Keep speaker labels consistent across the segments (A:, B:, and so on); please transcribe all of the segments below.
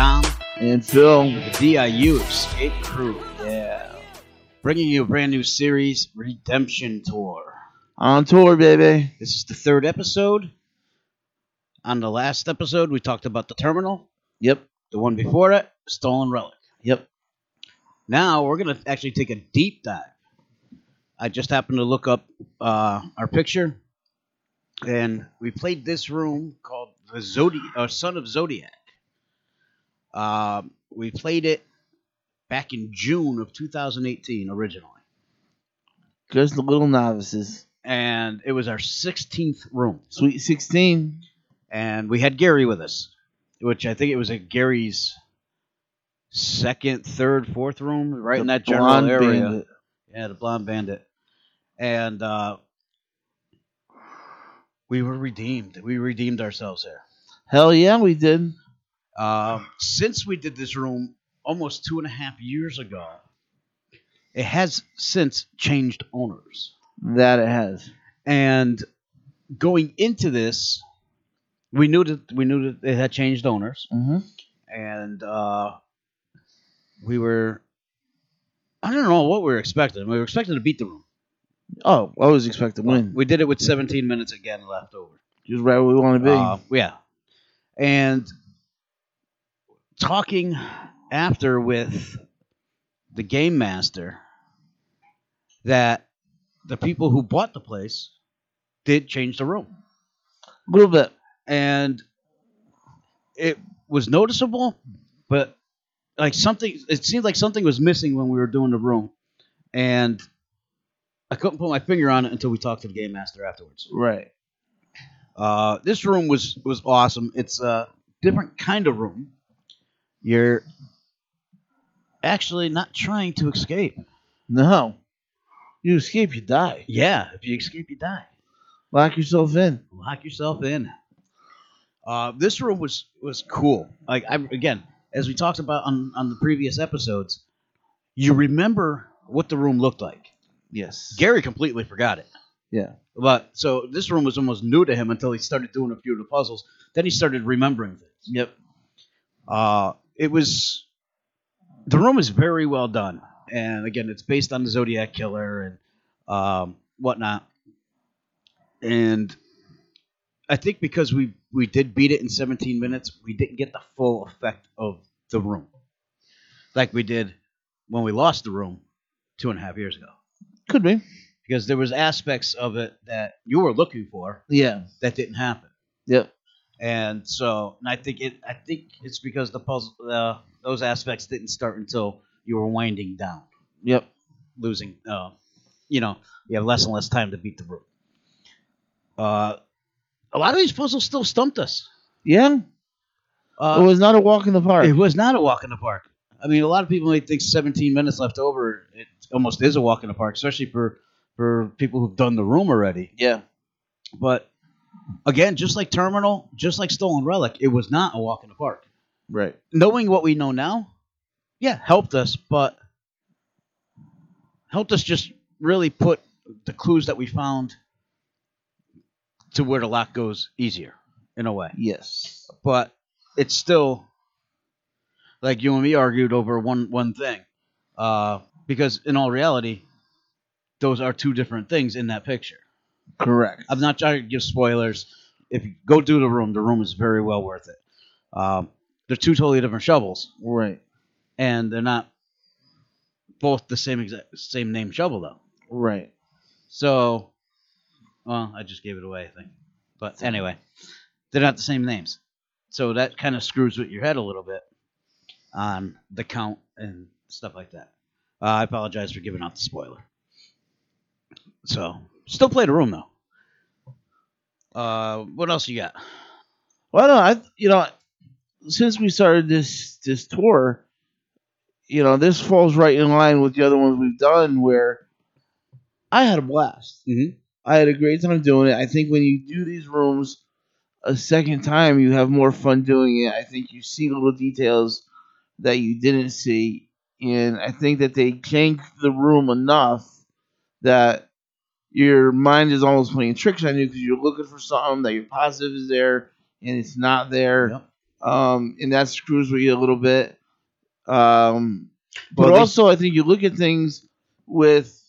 A: and film with the DIU Escape Crew. Yeah. Bringing you a brand new series, Redemption Tour.
B: On tour, baby.
A: This is the third episode. On the last episode, we talked about the terminal.
B: Yep.
A: The one before it, Stolen Relic.
B: Yep.
A: Now we're going to actually take a deep dive. I just happened to look up uh, our picture, and we played this room called the Zodiac, uh, Son of Zodiac. Uh, we played it back in June of 2018 originally,
B: Just the little novices.
A: and it was our 16th room.
B: Sweet 16.
A: and we had Gary with us, which I think it was at Gary's second, third, fourth room, right in
B: The
A: that general
B: blonde
A: area.
B: bandit.
A: Yeah, the blonde bandit, and uh, we were redeemed. We redeemed ourselves there.
B: Hell yeah, we did.
A: Uh, since we did this room almost two and a half years ago, it has since changed owners.
B: That it has.
A: And going into this, we knew that we knew that it had changed owners.
B: Mm-hmm.
A: and uh, we were I don't know what we were expecting. We were expecting to beat the room.
B: Oh, I was expecting to win.
A: We did it with 17 minutes again left over.
B: Just right where we want to be.
A: Uh, yeah, and talking after with the game master that the people who bought the place did change the room.
B: a little bit.
A: and it was noticeable, but like something, it seemed like something was missing when we were doing the room, and I couldn't put my finger on it until we talked to the game master afterwards.
B: Right.
A: Uh, this room was was awesome. It's a different kind of room. You're actually not trying to escape.
B: No. You escape, you die.
A: Yeah, if you escape, you die.
B: Lock yourself in.
A: lock yourself in. Uh, this room was was cool. Like I again, as we talked about on on the previous episodes, you remember what the room looked like.
B: Yes.
A: Gary completely forgot it.
B: Yeah.
A: But so this room was almost new to him until he started doing a few of the puzzles. Then he started remembering things.
B: Yep.
A: Uh, it was the room is very well done, and again, it's based on the Zodiac killer and um, whatnot. And I think because we we did beat it in 17 minutes, we didn't get the full effect of the room, like we did when we lost the room two and a half years ago.
B: Could be.
A: Because there was aspects of it that you were looking for
B: Yeah.
A: that didn't happen
B: Yep.
A: and so and I think it I think it's because the puzzle uh, those aspects didn't start until you were winding down,
B: Yep.
A: losing. Uh, you know, you have less and less time to beat the room. Uh, a lot of these puzzles still stumped us.
B: Yeah.
A: Uh,
B: it was not a walk in the park.
A: it was not a walk in the park. I mean, a lot of people may think 17 minutes left over it almost is a walk in the park, especially for for people who've done the room already.
B: yeah.
A: But again, just like Terminal, just like Stolen Relic, it was not a walk in the park.
B: Right.
A: knowing what we know now, yeah, helped us, but helped us just really put the clues that we found to where the lock goes easier in a way.
B: Yes.
A: But it's still like you and me argued over one one thing, uh, because in all reality, those are two different things in that picture.
B: Correct.
A: I'm not trying to give spoilers. If you go do the room, the room is very well worth it. Um, they're two totally different shovels
B: Right.
A: and they're not both the same exact same name shovel though.
B: Right.
A: So, well, I just gave it away, I think. But anyway, they're not the same names, so that kind of screws with your head a little bit on the count and stuff like that. Uh, I apologize for giving out the spoiler. So, still play the room though. Uh, what else you got?
B: Well, no, I you know, since we started this this tour, you know, this falls right in line with the other ones we've done where I had a blast.
A: Mhm.
B: I had a great time doing it. I think when you do these rooms a second time, you have more fun doing it. I think you see little details that you didn't see, and I think that they changed the room enough that your mind is almost playing tricks on you because you're looking for something that your positive is there and it's not there.
A: Yep.
B: Um, and that screws with you a little bit. Um, but
A: Well, they-
B: also, I think you look at things with,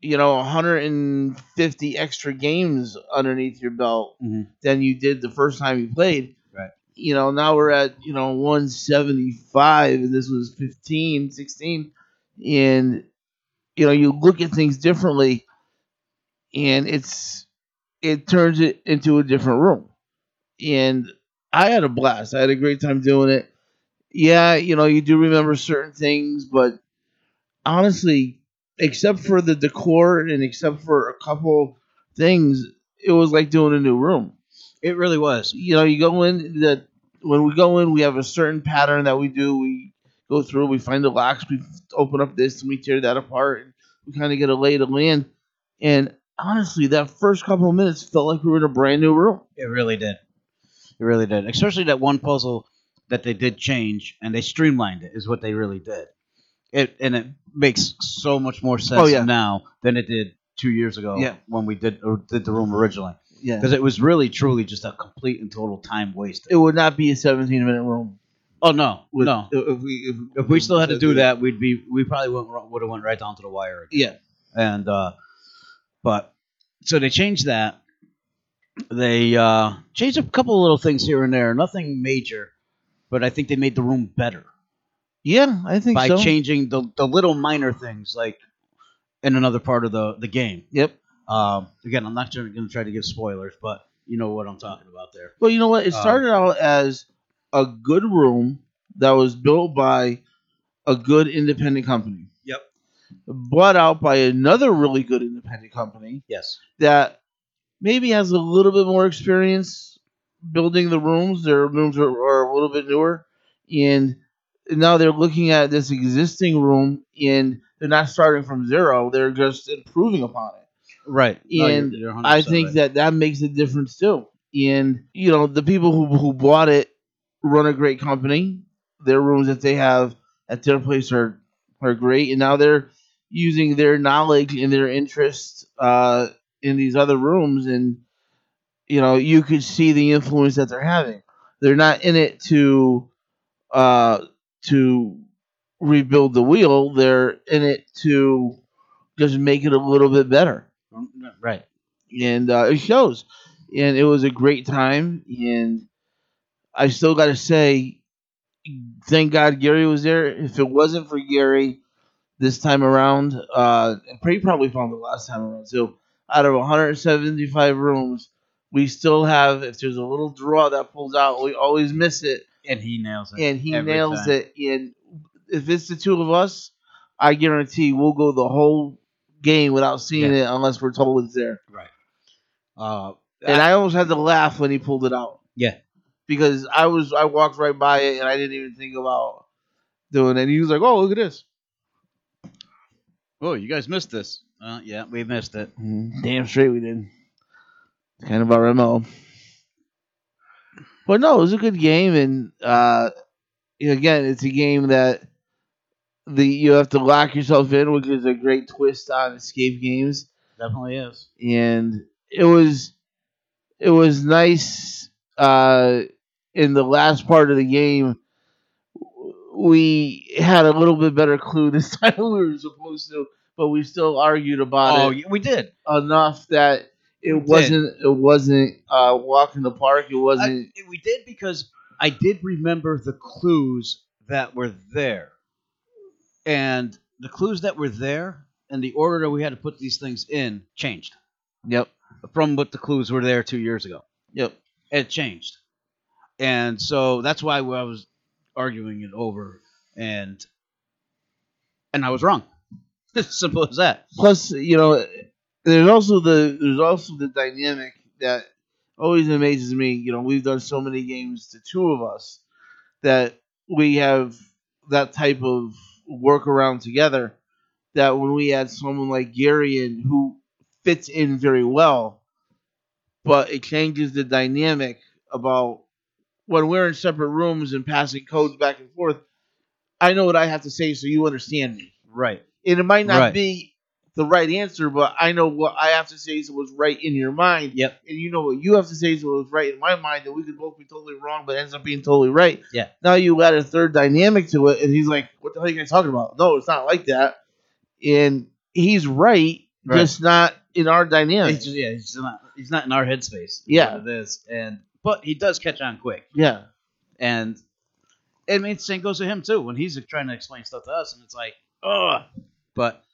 B: you know, 150 extra games underneath your belt
A: Mhm.
B: than you did the first time you played.
A: Right.
B: You know, now we're at, you know, 175, and this was 15, 16. And, you know, you look at things differently, and it's, it turns it into a different room. And I had a blast. I had a great time doing it yeah, you know, you do remember certain things, but honestly, except for the decor and except for a couple things, it was like doing a new room.
A: It really was.
B: You know, you go in that when we go in, we have a certain pattern that we do. We go through, we find the locks, we open up this, and we tear that apart, and we kind of get a lay of the land. And honestly, that first couple of minutes felt like we were in a brand new room.
A: It really did. It really did. Especially that one puzzle that they did change and they streamlined it is what they really did. It and it makes so much more sense
B: Oh, yeah.
A: now than it did two years ago
B: Yeah.
A: when we did or did the room originally
B: Yeah,
A: because it was really truly just a complete and total time waste.
B: it would not be a 17 minute room.
A: oh no, no.
B: if we
A: If we still had to do that, we'd be we probably wouldn't would have went right down to the wire. again.
B: yeah.
A: And uh, but so they changed that. They uh, changed a couple of little things here and there, nothing major, but I think they made the room better
B: Yeah, I think
A: by
B: so.
A: changing the the little minor things like in another part of the the game.
B: yep.
A: Um, again, I'm not going to try to give spoilers, but you know what I'm talking about there.
B: Well, you know what? It
A: Um,
B: started out as a good room that was built by a good independent company.
A: Yep.
B: Bought out by another really good independent company
A: Yes.
B: that maybe has a little bit more experience building the rooms. Their rooms are, are a little bit newer. And now they're looking at this existing room and they're not starting from zero, they're just improving upon it.
A: Right. No, you're-
B: And
A: you're 100%
B: I think
A: right.
B: that that makes a difference too. And you know, the people who who bought it run a great company. Their rooms that they have at their place are are great, and now they're using their knowledge and their interest uh, in these other rooms, and you know, you could see the influence that they're having. They're not in it to uh, to rebuild the wheel. They're in it to just make it a little bit better
A: right.
B: and uh, it shows. And it was a great time. And I still got to say, thank God Gary was there. If it wasn't for Gary this time around, uh, and he probably found it last time around too. Out of 175 rooms, we still have. If there's a little draw that pulls out, we always miss it,
A: And he nails it.
B: and he
A: every
B: nails
A: time.
B: it. And if it's the two of us, I guarantee we'll go the whole game without seeing it unless we're told it's there.
A: Right. Uh,
B: And I almost had to laugh when he pulled it out.
A: Yeah.
B: Because I was I walked right by it and I didn't even think about doing it. And he was like, "Oh, look at this."
A: oh, you guys missed this. Uh, yeah, we missed it.
B: Damn straight we did. It's kind of our mo. But no, it was a good game, and uh, again, it's a game that the you have to lock yourself in, which is a great twist on escape games.
A: Definitely is.
B: and it was it was nice uh in the last part of the game we had a little bit better clue this time than we were supposed to but we still argued about
A: Oh,
B: it
A: yeah, we did.
B: enough that it wasn't it wasn't uh walk in the park it wasn't
A: I- we did because I did remember the clues that were there, and the clues that were there and the order that we had to put these things in changed
B: yep
A: from what the clues were there two years ago.
B: yep
A: It changed, and so that's why I was arguing it over, and and I was wrong. Simple as that.
B: plus you know there's also the there's also the dynamic that always amazes me you know we've done so many games the two of us that we have that type of workaround together that when we had someone like Gary in who fits in very well but it changes the dynamic about when we're in separate rooms and passing codes back and forth I know what I have to say so you understand me
A: Right.
B: and it might not
A: Right.
B: be the right answer, but I know what I have to say is what's right in your mind.
A: Yep.
B: And you know what you have to say is what's right in my mind, and we could both be totally wrong, but ends up being totally right.
A: Yeah.
B: Now you add a third dynamic to it, and he's like, What the hell are you guys talking about? No, it's not like that. And he's right,
A: Right.
B: just not in our dynamic.
A: It's just, yeah, he's just not he's not in our headspace. is
B: Yeah.
A: what it is. And but he does catch on quick.
B: yeah.
A: And I mean, same goes to him too. When he's trying to explain stuff to us, and it's like, oh, but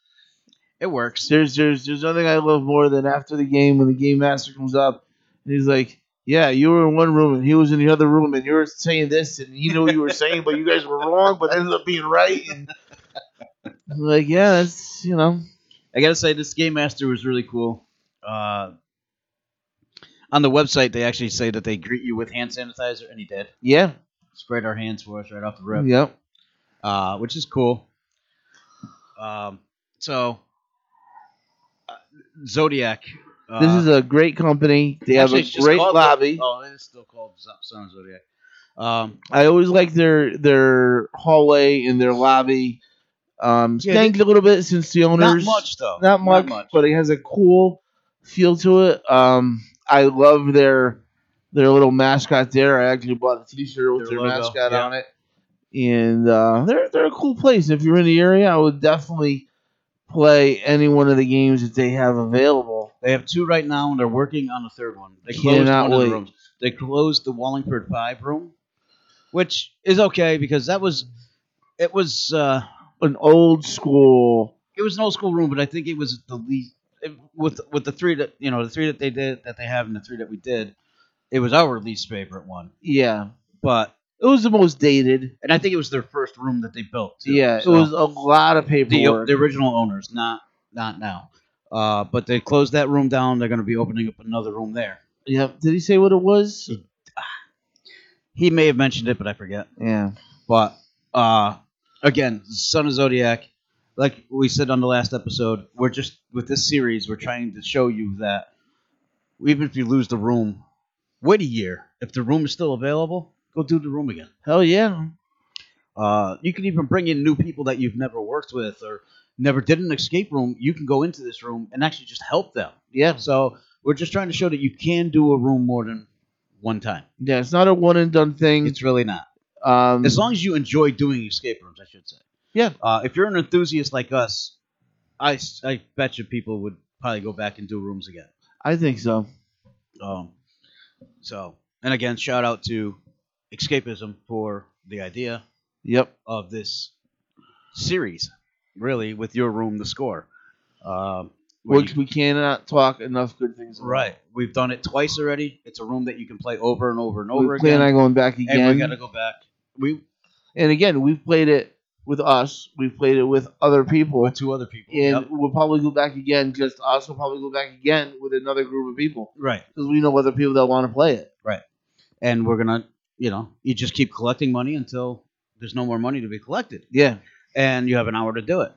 A: it works.
B: There's there's there's nothing I love more than after the game when the game master comes up and he's like, "Yeah, you were in one room and he was in the other room and you were saying this and he knew what you were saying, but you guys were wrong, but ended up being right." And I'm like, yeah, that's you know,
A: I gotta say, this game master was really cool. Uh, on the website, they actually say that they greet you with hand sanitizer, and he did.
B: yeah,
A: Sprayed our hands for us right off the rip.
B: yep,
A: uh, which is cool. Um, so, uh, Zodiac. Uh,
B: this is a great company. They have
A: actually,
B: a
A: it's just
B: great
A: called-
B: lobby.
A: oh, it is still called Z- Son of Zodiac. Um,
B: I always like their their hallway and their lobby. Um,
A: Yeah,
B: spanked a little bit since the
A: not
B: owners
A: much though.
B: not much, but it has a cool feel to it. Um, I love their their little mascot there. I actually bought a T-shirt with
A: Their
B: their,
A: logo,
B: mascot
A: yeah.
B: on it, and uh, they're they're a cool place. If you're in the area, I would definitely play any one of the games that they have available.
A: They have two right now, and they're working on a third one. They closed
B: Cannot
A: one of
B: wait.
A: the rooms. They closed the Wallingford Five room, which is okay because that was it was uh,
B: An old school,
A: it was an old school room, but I think it was the least it- with with the three that you know the three that they did that they have and the three that we did. It was our least favorite one,
B: yeah.
A: but
B: It was the most dated.
A: and I think it was their first room that they built. too.
B: Yeah,
A: So,
B: it was a lot of
A: the,
B: paperwork.
A: the original owners, not not now. Uh, but they closed that room down. They're going to be opening up another room there.
B: yep. Did he say what it was?
A: He may have mentioned it, but I forget.
B: Yeah.
A: But uh, again, Son of Zodiac, like we said on the last episode, we're just with this series, we're trying to show you that even if you lose the room, wait a year. If the room is still available, go do the room again.
B: Hell yeah.
A: Uh, you can even bring in new people that you've never worked with or never did an escape room. You can go into this room and actually just help them.
B: Yeah.
A: So we're just trying to show that you can do a room more than one time.
B: Yeah. It's not a one and done thing.
A: It's really not.
B: um,
A: As long as you enjoy doing escape rooms, I should say.
B: Yeah.
A: Uh, if you're an enthusiast like us, I, s- I bet you people would probably go back and do rooms again.
B: I think so.
A: Um, so, and again, shout out to Escapism for the idea
B: Yep.
A: of this series, really, with your room, the score. Um, where
B: Which
A: you-
B: we cannot talk enough good things about.
A: right. We've done it twice already. It's a room that you can play over and over and over
B: We
A: again.
B: plan on going back again.
A: and we got to go back. We
B: And again, we've played it with us. We've played it with other people.
A: with two other people.
B: And
A: Yep.
B: we'll probably go back again. Just us will probably go back again with another group of people
A: Right.
B: because we know other people that want to play it.
A: And we're gonna, you know, you just keep collecting money until there's no more money to be collected,
B: Yeah.
A: and you have an hour to do it.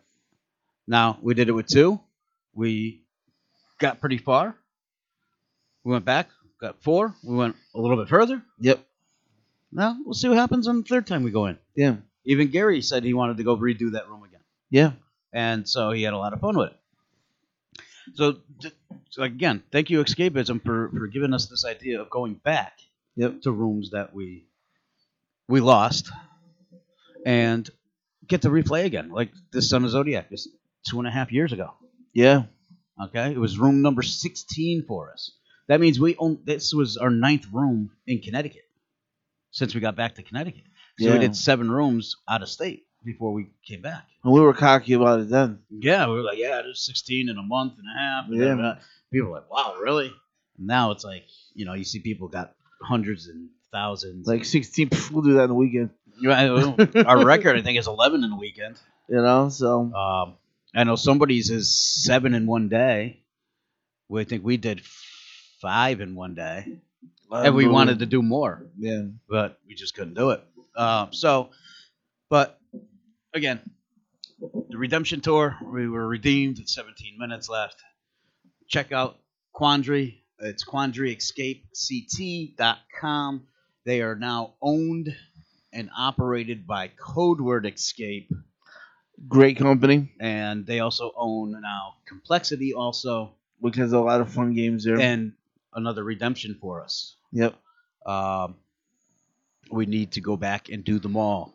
A: Now we did it with two. We got pretty far. We went back, got four. We went a little bit further.
B: Yep.
A: Now we'll see what happens on the third time we go in.
B: Yeah.
A: Even Gary said he wanted to go redo that room again.
B: Yeah.
A: and so he had a lot of fun with it. So, j- so again, thank you, Escapism, for, for giving us this idea of going back
B: Yep.
A: to rooms that we we lost and get to replay again. Like this Son of Zodiac is two and a half years ago.
B: Yeah.
A: Okay, it was room number sixteen for us. That means we own this was our ninth room in Connecticut since we got back to Connecticut. So
B: Yeah.
A: we did seven rooms out of state before we came back.
B: And we were cocky about it then.
A: Yeah, we were like, yeah, there's 16 in a month and a half.
B: Yeah.
A: Yeah. People were like, wow, really? Now it's like, you know, you see people got hundreds and thousands.
B: Like 16, pff, we'll do that in the weekend.
A: You know, our record, I think, is 11 in a weekend.
B: You know? So,
A: Um, I know somebody's is seven in one day. We I think we did five in one day, and we wanted to do more
B: Yeah.
A: but we just couldn't do it. Um, so, but again, the redemption tour, we were redeemed. It's 17 minutes left. Check out Quandary. It's quandaryescapeCT.com. They are now owned and operated by Code Word Escape.
B: Great company,
A: and they also own now Complexity also,
B: which has a lot of fun games there.
A: and another redemption for us.
B: yep.
A: Um, we need to go back and do them all.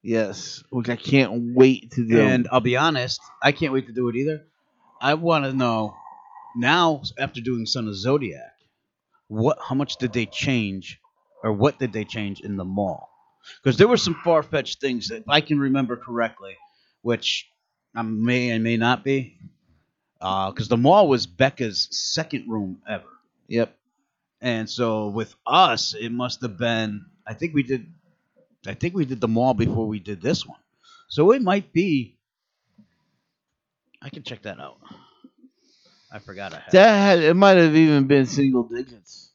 B: Yes, which I can't wait to do.
A: And I'll be honest, I can't wait to do it either. I want to know now after doing Son of Zodiac, what how much did they change, or what did they change in the mall? Because there were some far fetched things that if I can remember correctly, which I may and may not be, because the mall was Becca's second room ever.
B: yep.
A: And so with us, it must have been. I think we did. I think we did the mall before we did this one. So it might be. I can check that out. I forgot I had.
B: That had it might have even been single digits.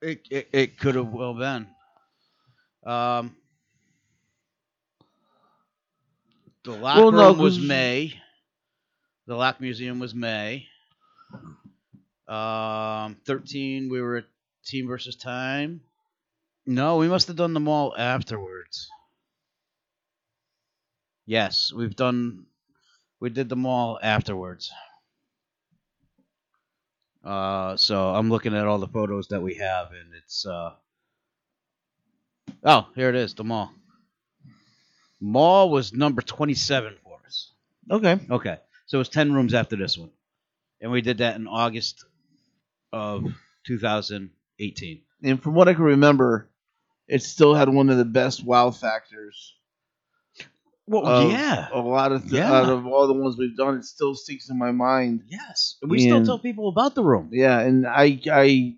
A: it it, it could have well been. Um. The lock
B: Well, no,
A: room was
B: 'cause-
A: May. The lock museum was May. Um, thirteen. We were at team versus time. No, we must have done them all afterwards. Yes, we've done. We did them all afterwards. Uh, so I'm looking at all the photos that we have, and it's uh. Oh, here it is. The mall. Mall was number twenty-seven for us.
B: Okay.
A: Okay, so it was ten rooms after this one, and we did that in August of 2018.
B: And from what I can remember, it still had one of the best wow factors.
A: Well,
B: of
A: yeah.
B: A lot of th-
A: Yeah.
B: out of all the ones we've done, it still sticks in my mind.
A: Yes, we still
B: And-
A: tell people about the room.
B: Yeah, and I I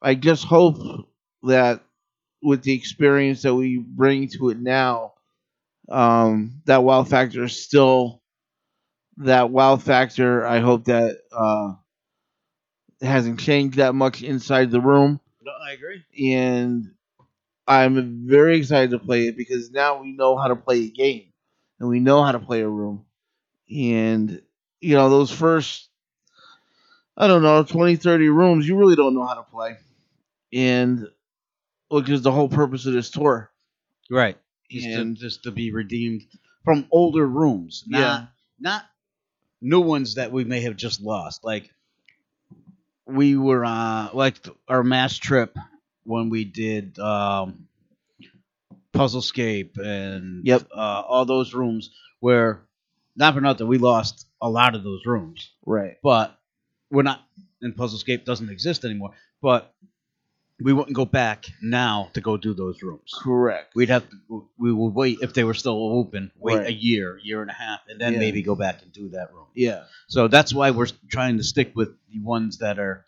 B: I just hope that with the experience that we bring to it now, um, that wow factor is still that wow factor. I hope that uh, hasn't changed that much inside the room,
A: No, I agree.
B: and I'm very excited to play it because now we know how to play a game and we know how to play a room. And, you know, those first, I don't know, 20, 30 rooms, you really don't know how to play. And, which is the whole purpose of this tour.
A: Right, It's ju-
B: And-
A: just to be redeemed from older rooms, not
B: Yeah.
A: not new ones that we may have just lost. Like we were uh like th- our mass trip when we did um Puzzlescape and
B: Yep.
A: uh, all those rooms where not for nothing we lost a lot of those rooms
B: Right.
A: but we're not and puzzlescape doesn't exist anymore but we wouldn't go back now to go do those rooms
B: Correct.
A: we'd have to, we would wait if they were still open wait
B: Right.
A: a year year and a half and then
B: Yeah.
A: maybe go back and do that room
B: Yeah.
A: so that's why we're trying to stick with the ones that are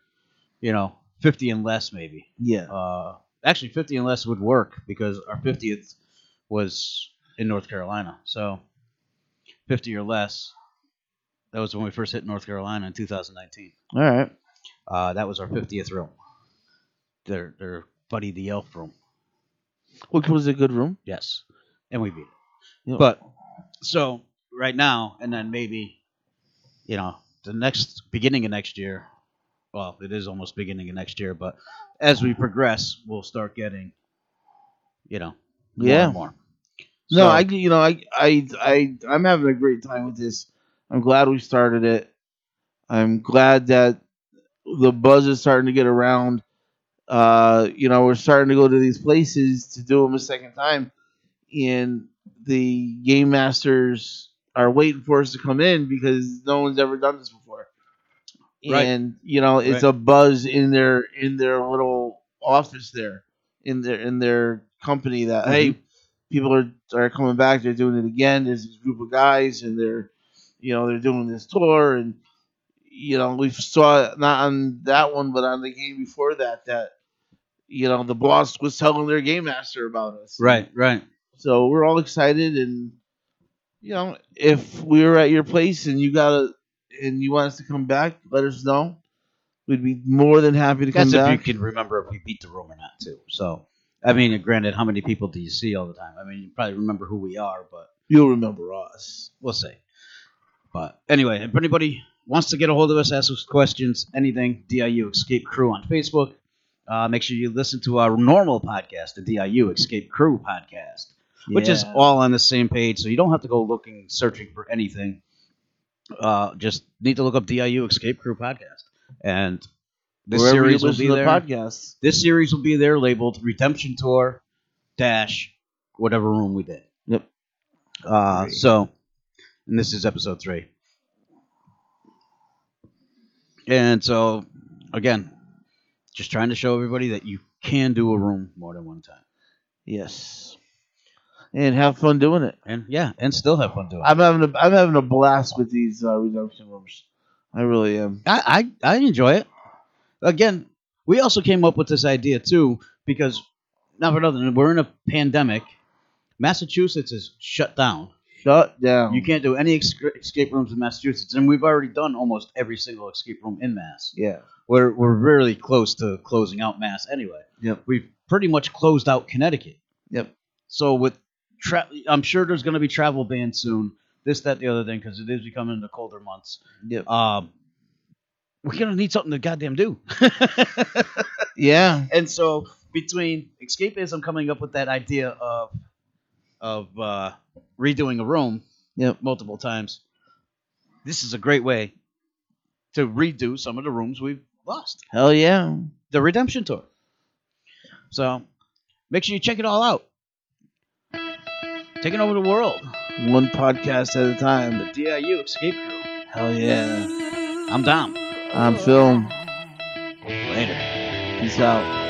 A: you know 50 and less maybe
B: Yeah.
A: uh, actually 50 and less would work because our 50th was in north carolina so 50 or less that was when we first hit north carolina in 2019
B: All right.
A: uh, that was our 50th room. Their their buddy the elf room.
B: Which was a good room.
A: Yes, and we beat it.
B: Yeah.
A: But so right now, and then maybe, you know, the next beginning of next year. Well, it is almost beginning of next year, but as we progress, we'll start getting, you know, more
B: Yeah.
A: and more.
B: No,
A: So-
B: I you know I I I I'm having a great time with this. I'm glad we started it. I'm glad that the buzz is starting to get around. Uh, you know, we're starting to go to these places to do them a second time, and the game masters are waiting for us to come in because no one's ever done this before.
A: Right.
B: And you know, it's
A: Right.
B: a buzz in their in their little office there, in their in their company that
A: Mm-hmm.
B: hey, people are are coming back. They're doing it again. There's this group of guys, and they're, you know, they're doing this tour, and you know, we saw not on that one, but on the game before that, that you know, the boss was telling their game master about us.
A: Right, right.
B: So we're all excited, and you know, if we were at your place and you got a and you want us to come back, let us know. We'd be more than happy to
A: That's
B: come
A: if you
B: back.
A: can remember if we beat the room or not, too. So, I mean, granted, how many people do you see all the time? I mean, you probably remember who we are, but
B: You'll remember us.
A: we'll see. But anyway, if anybody wants to get a hold of us, ask us questions, anything, DIU Escape Crew on Facebook. Uh, make sure you listen to our normal podcast, the DIU Escape Crew podcast. which is
B: Yeah.
A: all on the same page. So you don't have to go looking, searching for anything. Uh, just need to look up DIU Escape Crew podcast, and this
B: Wherever you
A: series will
B: listen
A: be
B: to the
A: there.
B: podcast.
A: This series will be there, labeled Redemption Tour Dash, whatever room we did.
B: Yep.
A: Uh,
B: Great.
A: so, and this is episode three. And so, again, just trying to show everybody that you can do a room more than one time.
B: Yes. And have fun doing it.
A: And yeah, and still have fun doing it.
B: I'm having a I'm having a blast with these uh, redemption rooms. I really am.
A: I, I I enjoy it. Again, we also came up with this idea too because not for nothing, we're in a pandemic. Massachusetts is shut down.
B: Shut down.
A: You can't do any esca- escape rooms in Massachusetts, and we've already done almost every single escape room in Mass.
B: Yeah.
A: We're we're really close to closing out Mass anyway.
B: Yep.
A: We've pretty much closed out Connecticut.
B: Yep.
A: So with tra- I'm sure there's going to be travel bans soon. This, that, the other thing, because it is becoming the colder months.
B: Yep.
A: Um, we're gonna need something to goddamn do.
B: Yeah.
A: and so between escapism coming up with that idea of of uh, redoing a room
B: Yep.
A: multiple times, this is a great way to redo some of the rooms we've lost.
B: Hell yeah.
A: The redemption tour. So make sure you check it all out. Taking over the world.
B: One podcast at a
A: The
B: time.
A: DIU escape crew.
B: Hell yeah.
A: I'm Dom.
B: I'm Phil.
A: Later.
B: Peace out.